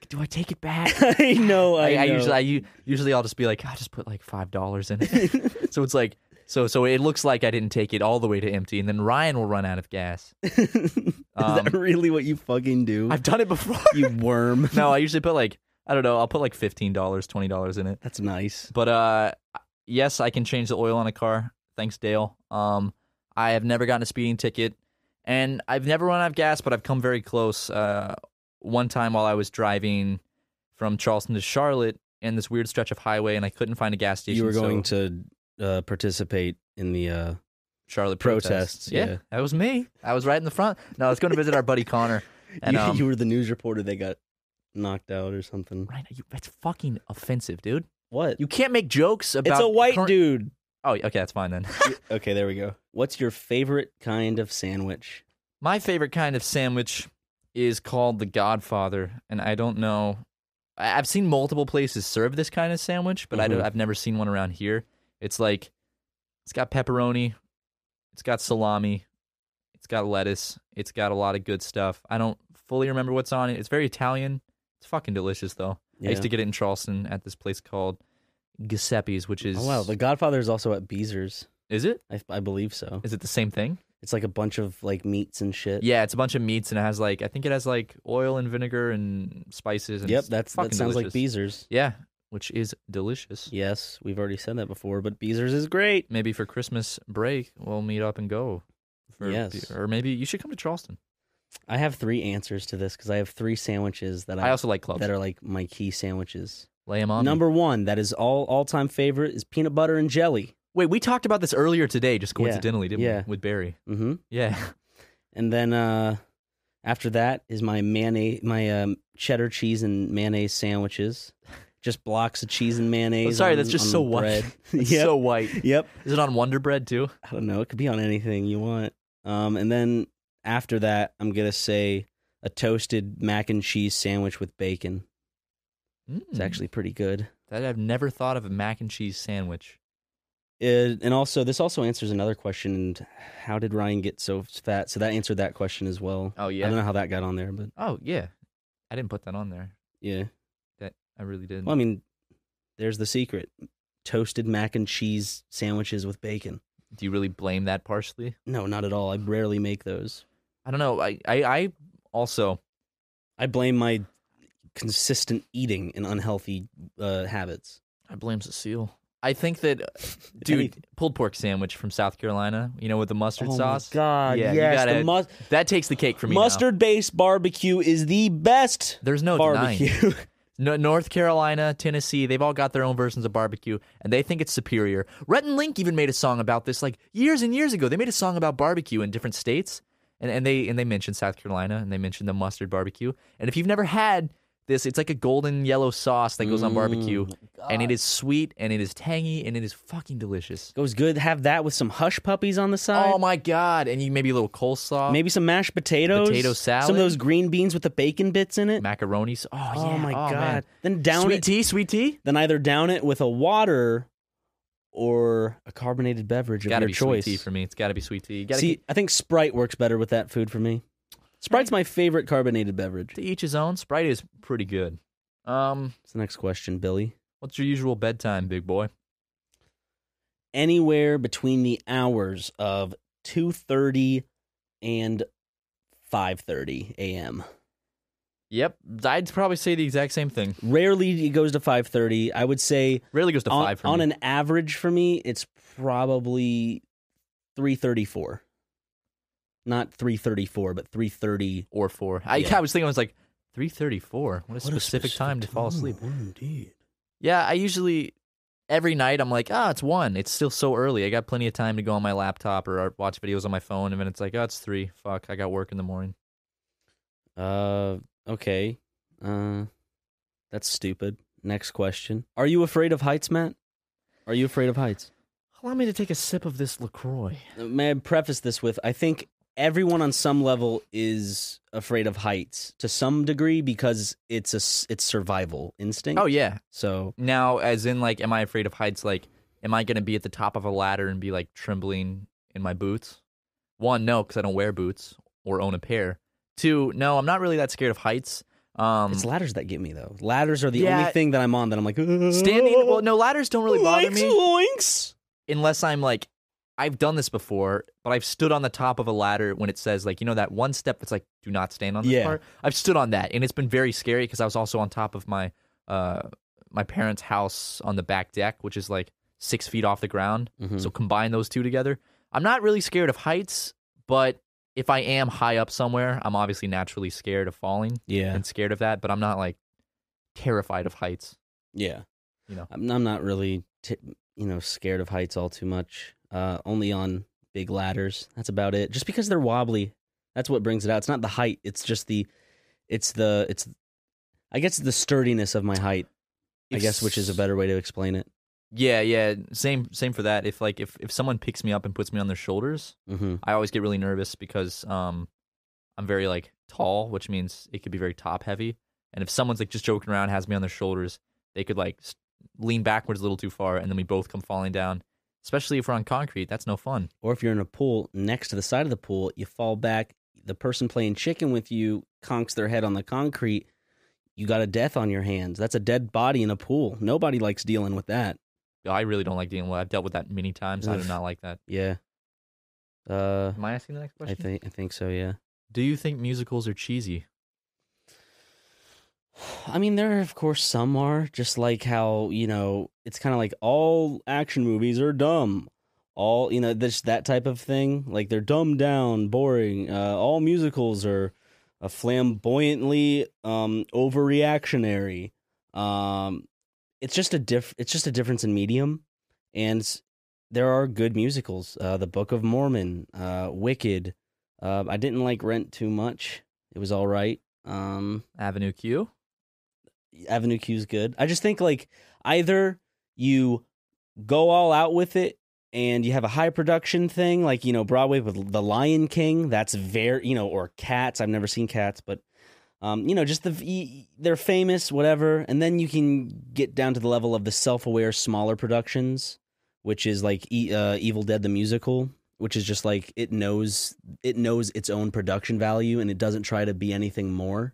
Speaker 2: do I take it back?
Speaker 1: I know, I,
Speaker 2: I, I
Speaker 1: know.
Speaker 2: usually I u- usually I'll just be like, I just put like five dollars in it. so it's like so so it looks like I didn't take it all the way to empty, and then Ryan will run out of gas. Um,
Speaker 1: Is that really what you fucking do?
Speaker 2: I've done it before.
Speaker 1: you worm.
Speaker 2: no, I usually put like I don't know, I'll put like fifteen dollars, twenty dollars in it.
Speaker 1: That's nice.
Speaker 2: But uh yes, I can change the oil on a car. Thanks, Dale. Um I have never gotten a speeding ticket and I've never run out of gas, but I've come very close. Uh one time while I was driving from Charleston to Charlotte in this weird stretch of highway and I couldn't find a gas station.
Speaker 1: You were
Speaker 2: so-
Speaker 1: going to uh, participate in the. Uh...
Speaker 2: Charlotte
Speaker 1: Protests, yeah.
Speaker 2: that was me. I was right in the front. No, I was going to visit our buddy Connor. And
Speaker 1: you,
Speaker 2: um,
Speaker 1: you were the news reporter that got knocked out or something.
Speaker 2: Ryan, you, that's fucking offensive, dude.
Speaker 1: What?
Speaker 2: You can't make jokes about.
Speaker 1: it's a white
Speaker 2: current-
Speaker 1: dude.
Speaker 2: Oh, okay, that's fine then.
Speaker 1: okay, there we go. What's your favorite kind of sandwich?
Speaker 2: My favorite kind of sandwich is called the Godfather, and I don't know. I- I've seen multiple places serve this kind of sandwich, but I don't,
Speaker 1: Mhm.
Speaker 2: I've never seen one around here. It's like it's got pepperoni, it's got salami, it's got lettuce, it's got a lot of good stuff. I don't fully remember what's on it. It's very Italian. It's fucking delicious though. I
Speaker 1: Yeah.
Speaker 2: used to get it in Charleston at this place called Giuseppe's, which is
Speaker 1: Oh wow, The Godfather is also at Beezer's.
Speaker 2: is it?
Speaker 1: I, I believe so.
Speaker 2: Is it the same thing?
Speaker 1: It's like a bunch of like meats and shit.
Speaker 2: Yeah, it's a bunch of meats and it has like I think it has like oil and vinegar and spices. And
Speaker 1: Yep.
Speaker 2: it's
Speaker 1: That's
Speaker 2: fucking
Speaker 1: that sounds like
Speaker 2: delicious.
Speaker 1: Beezer's.
Speaker 2: Yeah, which is delicious.
Speaker 1: Yes, we've already said that before, but Beezer's is great.
Speaker 2: Maybe for Christmas break we'll meet up and go. For,
Speaker 1: Yes.
Speaker 2: or maybe you should come to Charleston.
Speaker 1: I have three answers to this because I have three sandwiches that I,
Speaker 2: I also like clubs.
Speaker 1: that are like my key sandwiches.
Speaker 2: Lay 'em on. me.
Speaker 1: Number one, that is all all time favorite is peanut butter and jelly.
Speaker 2: Wait, we talked about this earlier today, just
Speaker 1: Yeah,
Speaker 2: coincidentally, didn't
Speaker 1: yeah.
Speaker 2: we? With Barry.
Speaker 1: Mm-hmm.
Speaker 2: Yeah.
Speaker 1: And then uh, after that is my mayonnaise, my um, cheddar cheese and mayonnaise sandwiches. Just blocks of cheese and mayonnaise.
Speaker 2: I'm Oh, sorry,
Speaker 1: on-
Speaker 2: that's just
Speaker 1: on
Speaker 2: so
Speaker 1: the
Speaker 2: white.
Speaker 1: bread.
Speaker 2: That's
Speaker 1: yep.
Speaker 2: So white.
Speaker 1: yep.
Speaker 2: Is it on Wonder Bread too?
Speaker 1: I don't know. It could be on anything you want. Um, and then after that, I'm gonna say a toasted mac and cheese sandwich with bacon. It's
Speaker 2: Mm.
Speaker 1: actually pretty good.
Speaker 2: that I've never thought of a mac and cheese sandwich.
Speaker 1: It, and also, this also answers another question. And how did Ryan get so fat? So that answered that question as well.
Speaker 2: Oh
Speaker 1: I don't
Speaker 2: yeah.
Speaker 1: know how that got on there, but
Speaker 2: Oh yeah. I didn't put that on there.
Speaker 1: yeah.
Speaker 2: That I really didn't.
Speaker 1: Well, I mean, there's the secret: toasted mac and cheese sandwiches with bacon.
Speaker 2: Do you really blame that partially?
Speaker 1: No, not at all. I rarely make those.
Speaker 2: I don't know. I, I, I also
Speaker 1: I blame my consistent eating and unhealthy uh, habits.
Speaker 2: I blame Cecile. I think that uh, dude
Speaker 1: anything.
Speaker 2: pulled pork sandwich from South Carolina. You know with the mustard
Speaker 1: oh
Speaker 2: sauce.
Speaker 1: my god!
Speaker 2: Yeah, you
Speaker 1: yes,
Speaker 2: gotta-
Speaker 1: the mus-
Speaker 2: That takes the cake for me. now.
Speaker 1: mustard-based barbecue is the best
Speaker 2: There's no
Speaker 1: barbecue.
Speaker 2: denying. No, North Carolina, Tennessee, they've all got their own versions of barbecue, and they think it's superior. Rhett and Link even made a song about this, like years and years ago. They made a song about barbecue in different states, and, and they and they mentioned South Carolina, and they mentioned the mustard barbecue. And if you've never had this, it's like a golden yellow sauce that goes on barbecue, and it is sweet, and it is tangy, and it is fucking delicious.
Speaker 1: Goes good. Have that with some hush puppies on the side.
Speaker 2: Oh my god! And you maybe a little coleslaw,
Speaker 1: Maybe some mashed potatoes,
Speaker 2: Potato salad.
Speaker 1: some of those green beans with the bacon bits in it.
Speaker 2: macaroni. s- Oh,
Speaker 1: oh
Speaker 2: yeah.
Speaker 1: my god!
Speaker 2: man.
Speaker 1: Then down
Speaker 2: sweet
Speaker 1: it
Speaker 2: tea, sweet tea.
Speaker 1: then either down it with a water or a carbonated beverage of
Speaker 2: Gotta
Speaker 1: your
Speaker 2: be
Speaker 1: choice.
Speaker 2: sweet tea for me. It's gotta be sweet tea. You gotta
Speaker 1: See,
Speaker 2: get-
Speaker 1: I think Sprite works better with that food for me. Sprite's my favorite carbonated beverage.
Speaker 2: to each his own. Sprite is pretty good. Um,
Speaker 1: What's the next question, Billy?
Speaker 2: what's your usual bedtime, big boy?
Speaker 1: Anywhere between the hours of two thirty and five thirty a.m.
Speaker 2: Yep, I'd probably say the exact same thing.
Speaker 1: Rarely it goes to five thirty. I would say
Speaker 2: Rarely goes to
Speaker 1: on,
Speaker 2: five for
Speaker 1: on
Speaker 2: me.
Speaker 1: an average for me, it's probably three thirty four. Not three thirty four, but three thirty
Speaker 2: or four. I,
Speaker 1: Yeah.
Speaker 2: I was thinking, I was like three thirty-four. What a specific time to fall asleep.
Speaker 1: indeed.
Speaker 2: Yeah, I usually every night I'm like, ah, it's one. It's still so early. I got plenty of time to go on my laptop or uh, watch videos on my phone. And then it's like, oh, it's three. Fuck, I got work in the morning.
Speaker 1: Uh, okay. Uh, that's stupid. Next question. Are you afraid of heights, Matt? Are you afraid of heights? Uh,
Speaker 2: Allow me to take a sip of this LaCroix.
Speaker 1: May I preface this with I think everyone on some level is afraid of heights to some degree because it's a s- it's survival instinct.
Speaker 2: Oh, yeah.
Speaker 1: So
Speaker 2: Now, as in, like, am I afraid of heights? Like, am I going to be at the top of a ladder and be like trembling in my boots? One, no, because I don't wear boots or own a pair. Two, no, I'm not really that scared of heights. Um,
Speaker 1: it's ladders that get me though. Ladders are the
Speaker 2: Yeah.
Speaker 1: only thing that I'm on that I'm like
Speaker 2: standing. Well, no, ladders don't really bother
Speaker 1: Oinks,
Speaker 2: me.
Speaker 1: oinks.
Speaker 2: unless I'm like, I've done this before, but I've stood on the top of a ladder when it says like, you know, that one step that's like, do not stand on this
Speaker 1: Yeah.
Speaker 2: part. I've stood on that, and it's been very scary because I was also on top of my uh my parents' house on the back deck, which is like six feet off the ground.
Speaker 1: Mhm.
Speaker 2: So combine those two together. I'm not really scared of heights, but if I am high up somewhere, I'm obviously naturally scared of falling
Speaker 1: Yeah.
Speaker 2: and scared of that. But I'm not like terrified of heights.
Speaker 1: Yeah.
Speaker 2: You know.
Speaker 1: I'm, I'm not really, t- you know, scared of heights all too much. Uh, only on big ladders. That's about it. Just because they're wobbly, that's what brings it out. It's not the height. It's just the, it's the, it's, I guess the sturdiness of my height. I guess which is a
Speaker 2: better.
Speaker 1: better way to explain it.
Speaker 2: Yeah, yeah. Same same for that. If like if, if someone picks me up and puts me on their shoulders,
Speaker 1: hmm
Speaker 2: I always get really nervous because um I'm very like tall, which means it could be very top heavy. And if someone's like just joking around, has me on their shoulders, they could like s lean backwards a little too far, and then we both come falling down. Especially if we're on concrete, that's no fun.
Speaker 1: Or if you're in a pool next to the side of the pool, you fall back. The person playing chicken with you conks their head on the concrete. You got a death on your hands. That's a dead body in a pool. Nobody likes dealing with that.
Speaker 2: I really don't like dealing with. I've dealt with that many times. I do
Speaker 1: Oof.
Speaker 2: not like that.
Speaker 1: Yeah. Uh,
Speaker 2: Am I asking the next
Speaker 1: I
Speaker 2: question?
Speaker 1: think I think so. Yeah.
Speaker 2: Do you think musicals are cheesy?
Speaker 1: I mean, there are of course some are just like how you know it's kind of like all action movies are dumb. All you know, this that type of thing. Like they're dumbed down, boring. Uh, all musicals are uh, flamboyantly um, overreactionary. Um, it's just a diff. It's just a difference in medium, and s- there are good musicals. Uh, the Book of Mormon, uh, Wicked. Uh, I didn't like Rent too much. It was all right. Um,
Speaker 2: Avenue Q.
Speaker 1: Avenue Q is good. I just think like either you go all out with it and you have a high production thing, like you know Broadway with The Lion King. That's very you know, or Cats. I've never seen Cats, but um, you know, just the y- they're famous, whatever. And then you can get down to the level of the self-aware smaller productions, which is like E- uh, Evil Dead the musical, which is just like it knows it knows its own production value and it doesn't try to be anything more.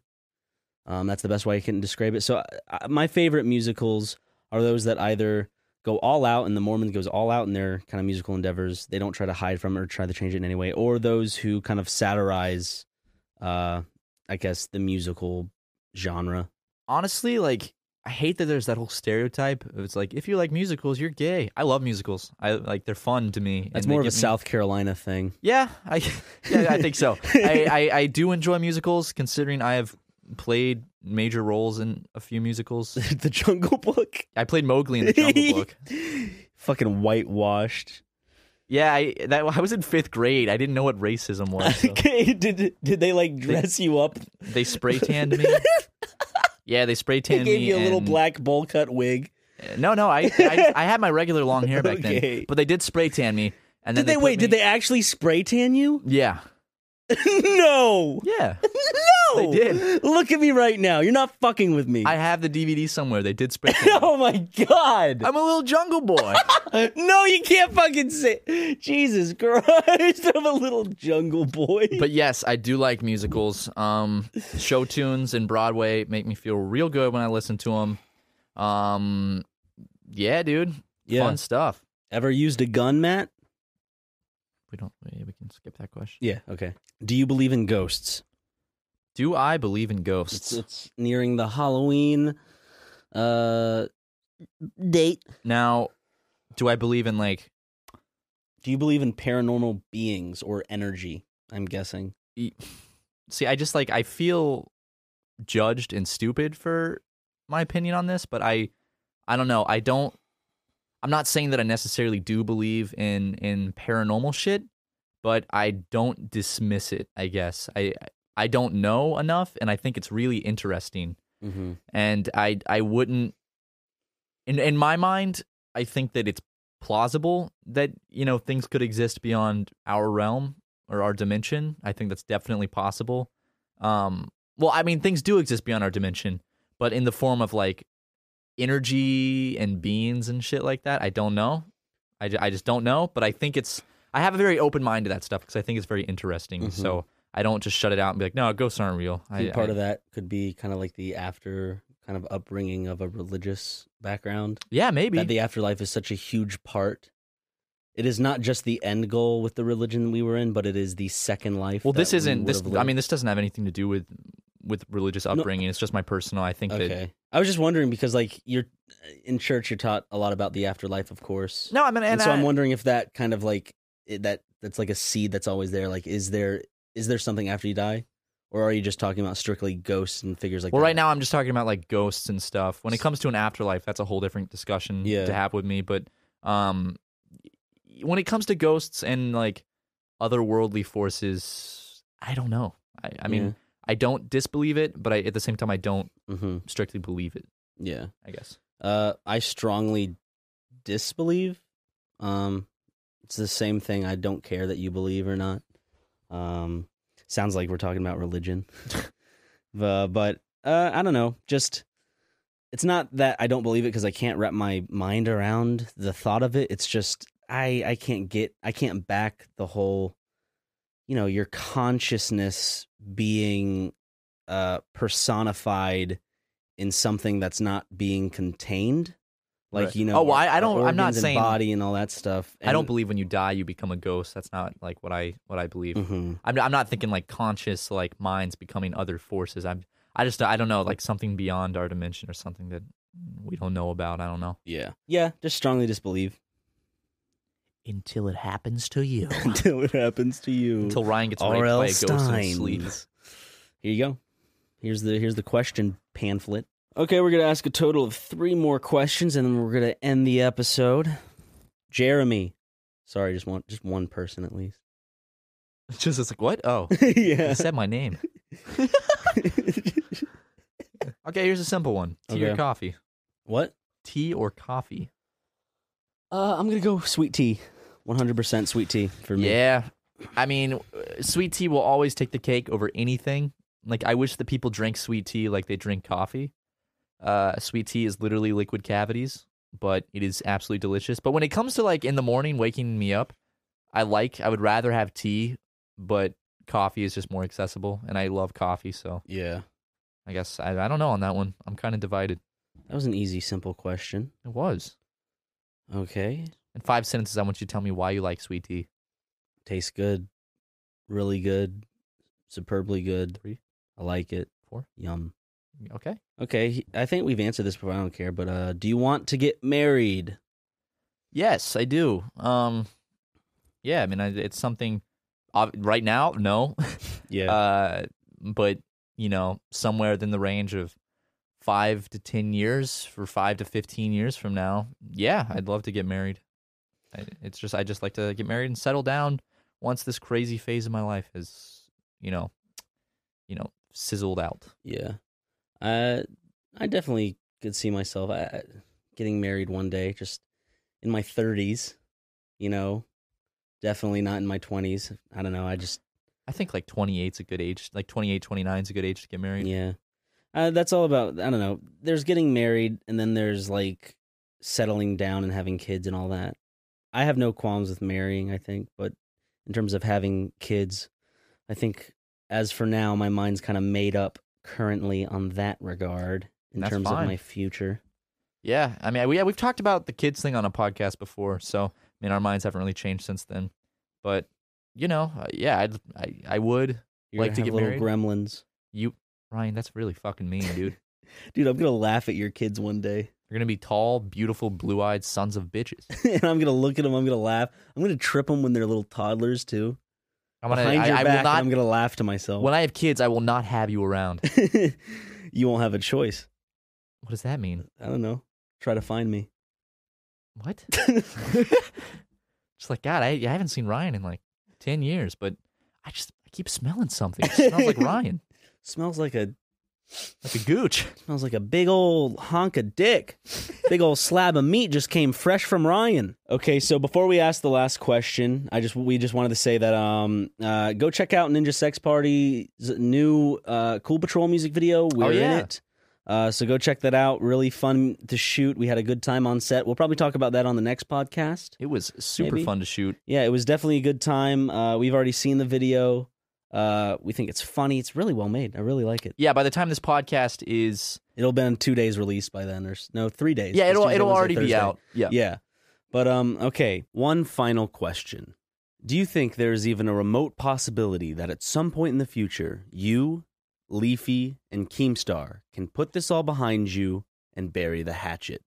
Speaker 1: Um, that's the best way I can describe it. So I, I, my favorite musicals are those that either go all out and the Mormon goes all out in their kind of musical endeavors. They don't try to hide from it or try to change it in any way, or those who kind of satirize, uh, I guess, the musical genre.
Speaker 2: honestly, like I hate that there's that whole stereotype. of It's like if you like musicals, you're gay. I love musicals. I like they're fun to me.
Speaker 1: That's
Speaker 2: and they
Speaker 1: more of a
Speaker 2: give me-
Speaker 1: South Carolina thing.
Speaker 2: Yeah, I yeah, I think so. I, I I do enjoy musicals, considering I have played major roles in a few musicals.
Speaker 1: the Jungle Book.
Speaker 2: I played Mowgli in the Jungle Book.
Speaker 1: Fucking whitewashed.
Speaker 2: Yeah, I that I was in fifth grade. I didn't know what racism was. so
Speaker 1: Okay, did did they like dress you up?
Speaker 2: they spray tanned me. Yeah, they spray
Speaker 1: They
Speaker 2: tanned
Speaker 1: gave
Speaker 2: me.
Speaker 1: you a little
Speaker 2: and-
Speaker 1: black bowl cut wig.
Speaker 2: No, no, I I, I had my regular long hair back
Speaker 1: Okay.
Speaker 2: then, but they did spray tan me. And
Speaker 1: Did they,
Speaker 2: then put
Speaker 1: wait? Did
Speaker 2: me-
Speaker 1: they actually spray tan you?
Speaker 2: Yeah,
Speaker 1: no.
Speaker 2: yeah.
Speaker 1: No.
Speaker 2: They did.
Speaker 1: Look at me right now. You're not fucking with me.
Speaker 2: I have the DVD somewhere. They did spray tan.
Speaker 1: oh my god.
Speaker 2: I'm a little jungle boy.
Speaker 1: no, you can't fucking say. Jesus Christ. I'm a little jungle boy.
Speaker 2: but yes, I do like musicals. Um, show tunes and Broadway make me feel real good when I listen to them. Um, yeah, dude.
Speaker 1: Yeah.
Speaker 2: Fun stuff.
Speaker 1: ever used a gun, Matt?
Speaker 2: We don't. We we can skip that question.
Speaker 1: Yeah. Okay. Do you believe in ghosts?
Speaker 2: Do I believe in
Speaker 1: It's,
Speaker 2: ghosts?
Speaker 1: it's nearing the Halloween uh date.
Speaker 2: now, do I believe in like?
Speaker 1: Do you believe in paranormal beings or energy? I'm guessing.
Speaker 2: e- See, I just like I feel judged and stupid for my opinion on this, but I, I don't know. I don't. I'm not saying that I necessarily do believe in in paranormal shit, but I don't dismiss it. I guess I I don't know enough, and I think it's really interesting.
Speaker 5: Mm-hmm.
Speaker 2: And I I wouldn't. In in my mind, I think that it's plausible that you know things could exist beyond our realm or our dimension. I think that's definitely possible. Um, well, I mean, things do exist beyond our dimension, but in the form of like energy and beings and shit like that. I don't know. I, ju- I just don't know, but I think it's, I have a very open mind to that stuff because I think it's very interesting.
Speaker 5: Mhm.
Speaker 2: So I don't just shut it out and be like, no, ghosts aren't real. I,
Speaker 5: part
Speaker 2: I-
Speaker 5: of that could be kind of like the after kind of upbringing of a religious background.
Speaker 2: Yeah, maybe.
Speaker 5: That the afterlife is such a huge part. It is not just the end goal with the religion we were in, but it is the second life.
Speaker 2: well,
Speaker 5: that
Speaker 2: this
Speaker 5: we
Speaker 2: isn't,
Speaker 5: would
Speaker 2: this,
Speaker 5: have
Speaker 2: I
Speaker 5: lived.
Speaker 2: mean, this doesn't have anything to do with, with religious upbringing. It's just my personal, I think that,
Speaker 5: okay. I was just wondering because, like, you're uh, in church, you're taught a lot about the afterlife, of course.
Speaker 2: no, I mean, and,
Speaker 5: and, so
Speaker 2: I,
Speaker 5: I'm wondering if that kind of like it- that that's like a seed that's always there. Like, is there is there something after you die, or are you just talking about strictly ghosts and figures like?
Speaker 2: well,
Speaker 5: that?
Speaker 2: right now I'm just talking about like ghosts and stuff. When it comes to an afterlife, that's a whole different discussion
Speaker 5: Yeah.
Speaker 2: to have with me. But um, y- when it comes to ghosts and like otherworldly forces, I don't know. I, I mean,
Speaker 5: Yeah.
Speaker 2: I don't disbelieve it, but I, at the same time, I don't
Speaker 5: hmm
Speaker 2: strictly believe it.
Speaker 5: Yeah,
Speaker 2: I guess.
Speaker 5: uh, I strongly disbelieve. Um, it's the same thing. I don't care that you believe or not. Um, sounds like we're talking about religion, Uh, but uh, I don't know. Just it's not that I don't believe it because I can't wrap my mind around the thought of it. It's just I I can't get I can't back the whole, you know, your consciousness being uh, personified in something that's not being contained, like
Speaker 2: Right.
Speaker 5: you know.
Speaker 2: Oh, well, I-
Speaker 5: our-
Speaker 2: I don't-
Speaker 5: our
Speaker 2: I'm not
Speaker 5: organs and
Speaker 2: saying-
Speaker 5: body and all that stuff.
Speaker 2: I don't believe when you die, you become a ghost. That's not like what I what I believe.
Speaker 5: hmm
Speaker 2: I'm, I'm not thinking like conscious, like minds becoming other forces. I'm I just I don't know, like something beyond our dimension or something that we don't know about. I don't know.
Speaker 5: Yeah, yeah. Just strongly disbelieve
Speaker 2: until it happens to you.
Speaker 5: until it happens to you.
Speaker 2: until Ryan gets raped by
Speaker 5: R.L.
Speaker 2: a ghost in his
Speaker 5: Stein.
Speaker 2: sleep.
Speaker 5: Here you go. Here's the here's the question pamphlet. Okay, we're gonna ask a total of three more questions, and then we're gonna end the episode. Jeremy, sorry, just one just one person at least.
Speaker 2: Just it's like what? Oh, I
Speaker 5: yeah.
Speaker 2: said my name. Okay, here's a simple one: tea or
Speaker 5: Okay.
Speaker 2: coffee?
Speaker 5: what?
Speaker 2: Tea or coffee?
Speaker 5: Uh, I'm gonna go sweet tea. 100% sweet tea for me.
Speaker 2: Yeah, I mean, uh, sweet tea will always take the cake over anything. Like I wish that people drank sweet tea like they drink coffee. Uh, sweet tea is literally liquid cavities, but it is absolutely delicious. But when it comes to like in the morning waking me up, I like I would rather have tea, but coffee is just more accessible, and I love coffee, so
Speaker 5: Yeah.
Speaker 2: I guess I, I don't know on that one. I'm kind of divided.
Speaker 5: That was an easy, simple question.
Speaker 2: It was.
Speaker 5: Okay.
Speaker 2: In five sentences, I want you to tell me why you like sweet tea.
Speaker 5: Tastes good. Really good. Superbly good.
Speaker 2: Three,
Speaker 5: I like it.
Speaker 2: four.
Speaker 5: Yum.
Speaker 2: Okay.
Speaker 5: Okay, he- I think we've answered this before. I don't care, but uh, do you want to get married?
Speaker 2: Yes, I do. Um, yeah, I mean, I, it's something. ob right now, no.
Speaker 5: Yeah.
Speaker 2: Uh, but you know, somewhere within the range of five to ten years, for five to fifteen years from now, yeah, I'd love to get married. I, it's just I just like to get married and settle down once this crazy phase of my life has, you know, you know, sizzled out.
Speaker 5: yeah. Uh, I definitely could see myself uh, getting married one day, just in my 30s, you know. Definitely not in my 20s. I don't know. I just,
Speaker 2: I think like 28 is a good age. Like 28, 29 is a good age to get married.
Speaker 5: yeah. Uh, that's all about, I don't know. There's getting married, and then there's like settling down and having kids and all that. I have no qualms with marrying, I think, but in terms of having kids, I think as for now, my mind's kind of made up currently on that regard in
Speaker 2: That's
Speaker 5: terms
Speaker 2: fine.
Speaker 5: of my future.
Speaker 2: Yeah. I mean, we, yeah, we've talked about the kids thing on a podcast before. So, I mean, our minds haven't really changed since then. But, you know, uh, yeah, I'd, I, I would.
Speaker 5: You're
Speaker 2: Like
Speaker 5: gonna
Speaker 2: to
Speaker 5: have
Speaker 2: get
Speaker 5: little
Speaker 2: married?
Speaker 5: gremlins,
Speaker 2: You, Ryan, that's really fucking mean, dude.
Speaker 5: dude. I'm gonna laugh at your kids one day,
Speaker 2: You're going to be tall, beautiful, blue eyed sons of bitches.
Speaker 5: and I'm gonna look at them. I'm gonna laugh. I'm gonna trip them when they're little toddlers too.
Speaker 2: I'm gonna,
Speaker 5: Behind
Speaker 2: I,
Speaker 5: your
Speaker 2: I
Speaker 5: back,
Speaker 2: will
Speaker 5: and
Speaker 2: not,
Speaker 5: I'm gonna laugh to myself.
Speaker 2: when I have kids, I will not have you around.
Speaker 5: you won't have a choice.
Speaker 2: What does that mean?
Speaker 5: I don't know. Try to find me.
Speaker 2: what? just like God, I, I haven't seen Ryan in like ten years, but I just I keep smelling something. It smells like Ryan,
Speaker 5: Smells like a
Speaker 2: like a gooch.
Speaker 5: smells like a big old honk of dick. big old slab of meat just came fresh from Ryan. Okay, so before we ask the last question, I just we just wanted to say that um uh go check out Ninja Sex Party's new uh Cool Patrol music video. We're
Speaker 2: yeah.
Speaker 5: in it. Uh, so go check that out. Really fun to shoot. We had a good time on set. We'll probably talk about that on the next podcast.
Speaker 2: It was super
Speaker 5: Maybe.
Speaker 2: fun to shoot.
Speaker 5: Yeah, it was definitely a good time. Uh, we've already seen the video. Uh, we think it's funny. It's really well made. I really like it.
Speaker 2: Yeah, by the time this podcast is
Speaker 5: It'll been two days released by then, or s- no, three days.
Speaker 2: yeah,
Speaker 5: It's
Speaker 2: it'll
Speaker 5: Tuesday,
Speaker 2: it'll
Speaker 5: Wednesday,
Speaker 2: already be
Speaker 5: Thursday.
Speaker 2: out. Yeah.
Speaker 5: Yeah, but um, okay. One final question: Do you think there is even a remote possibility that at some point in the future, you, Leafy, and Keemstar can put this all behind you and bury the hatchet?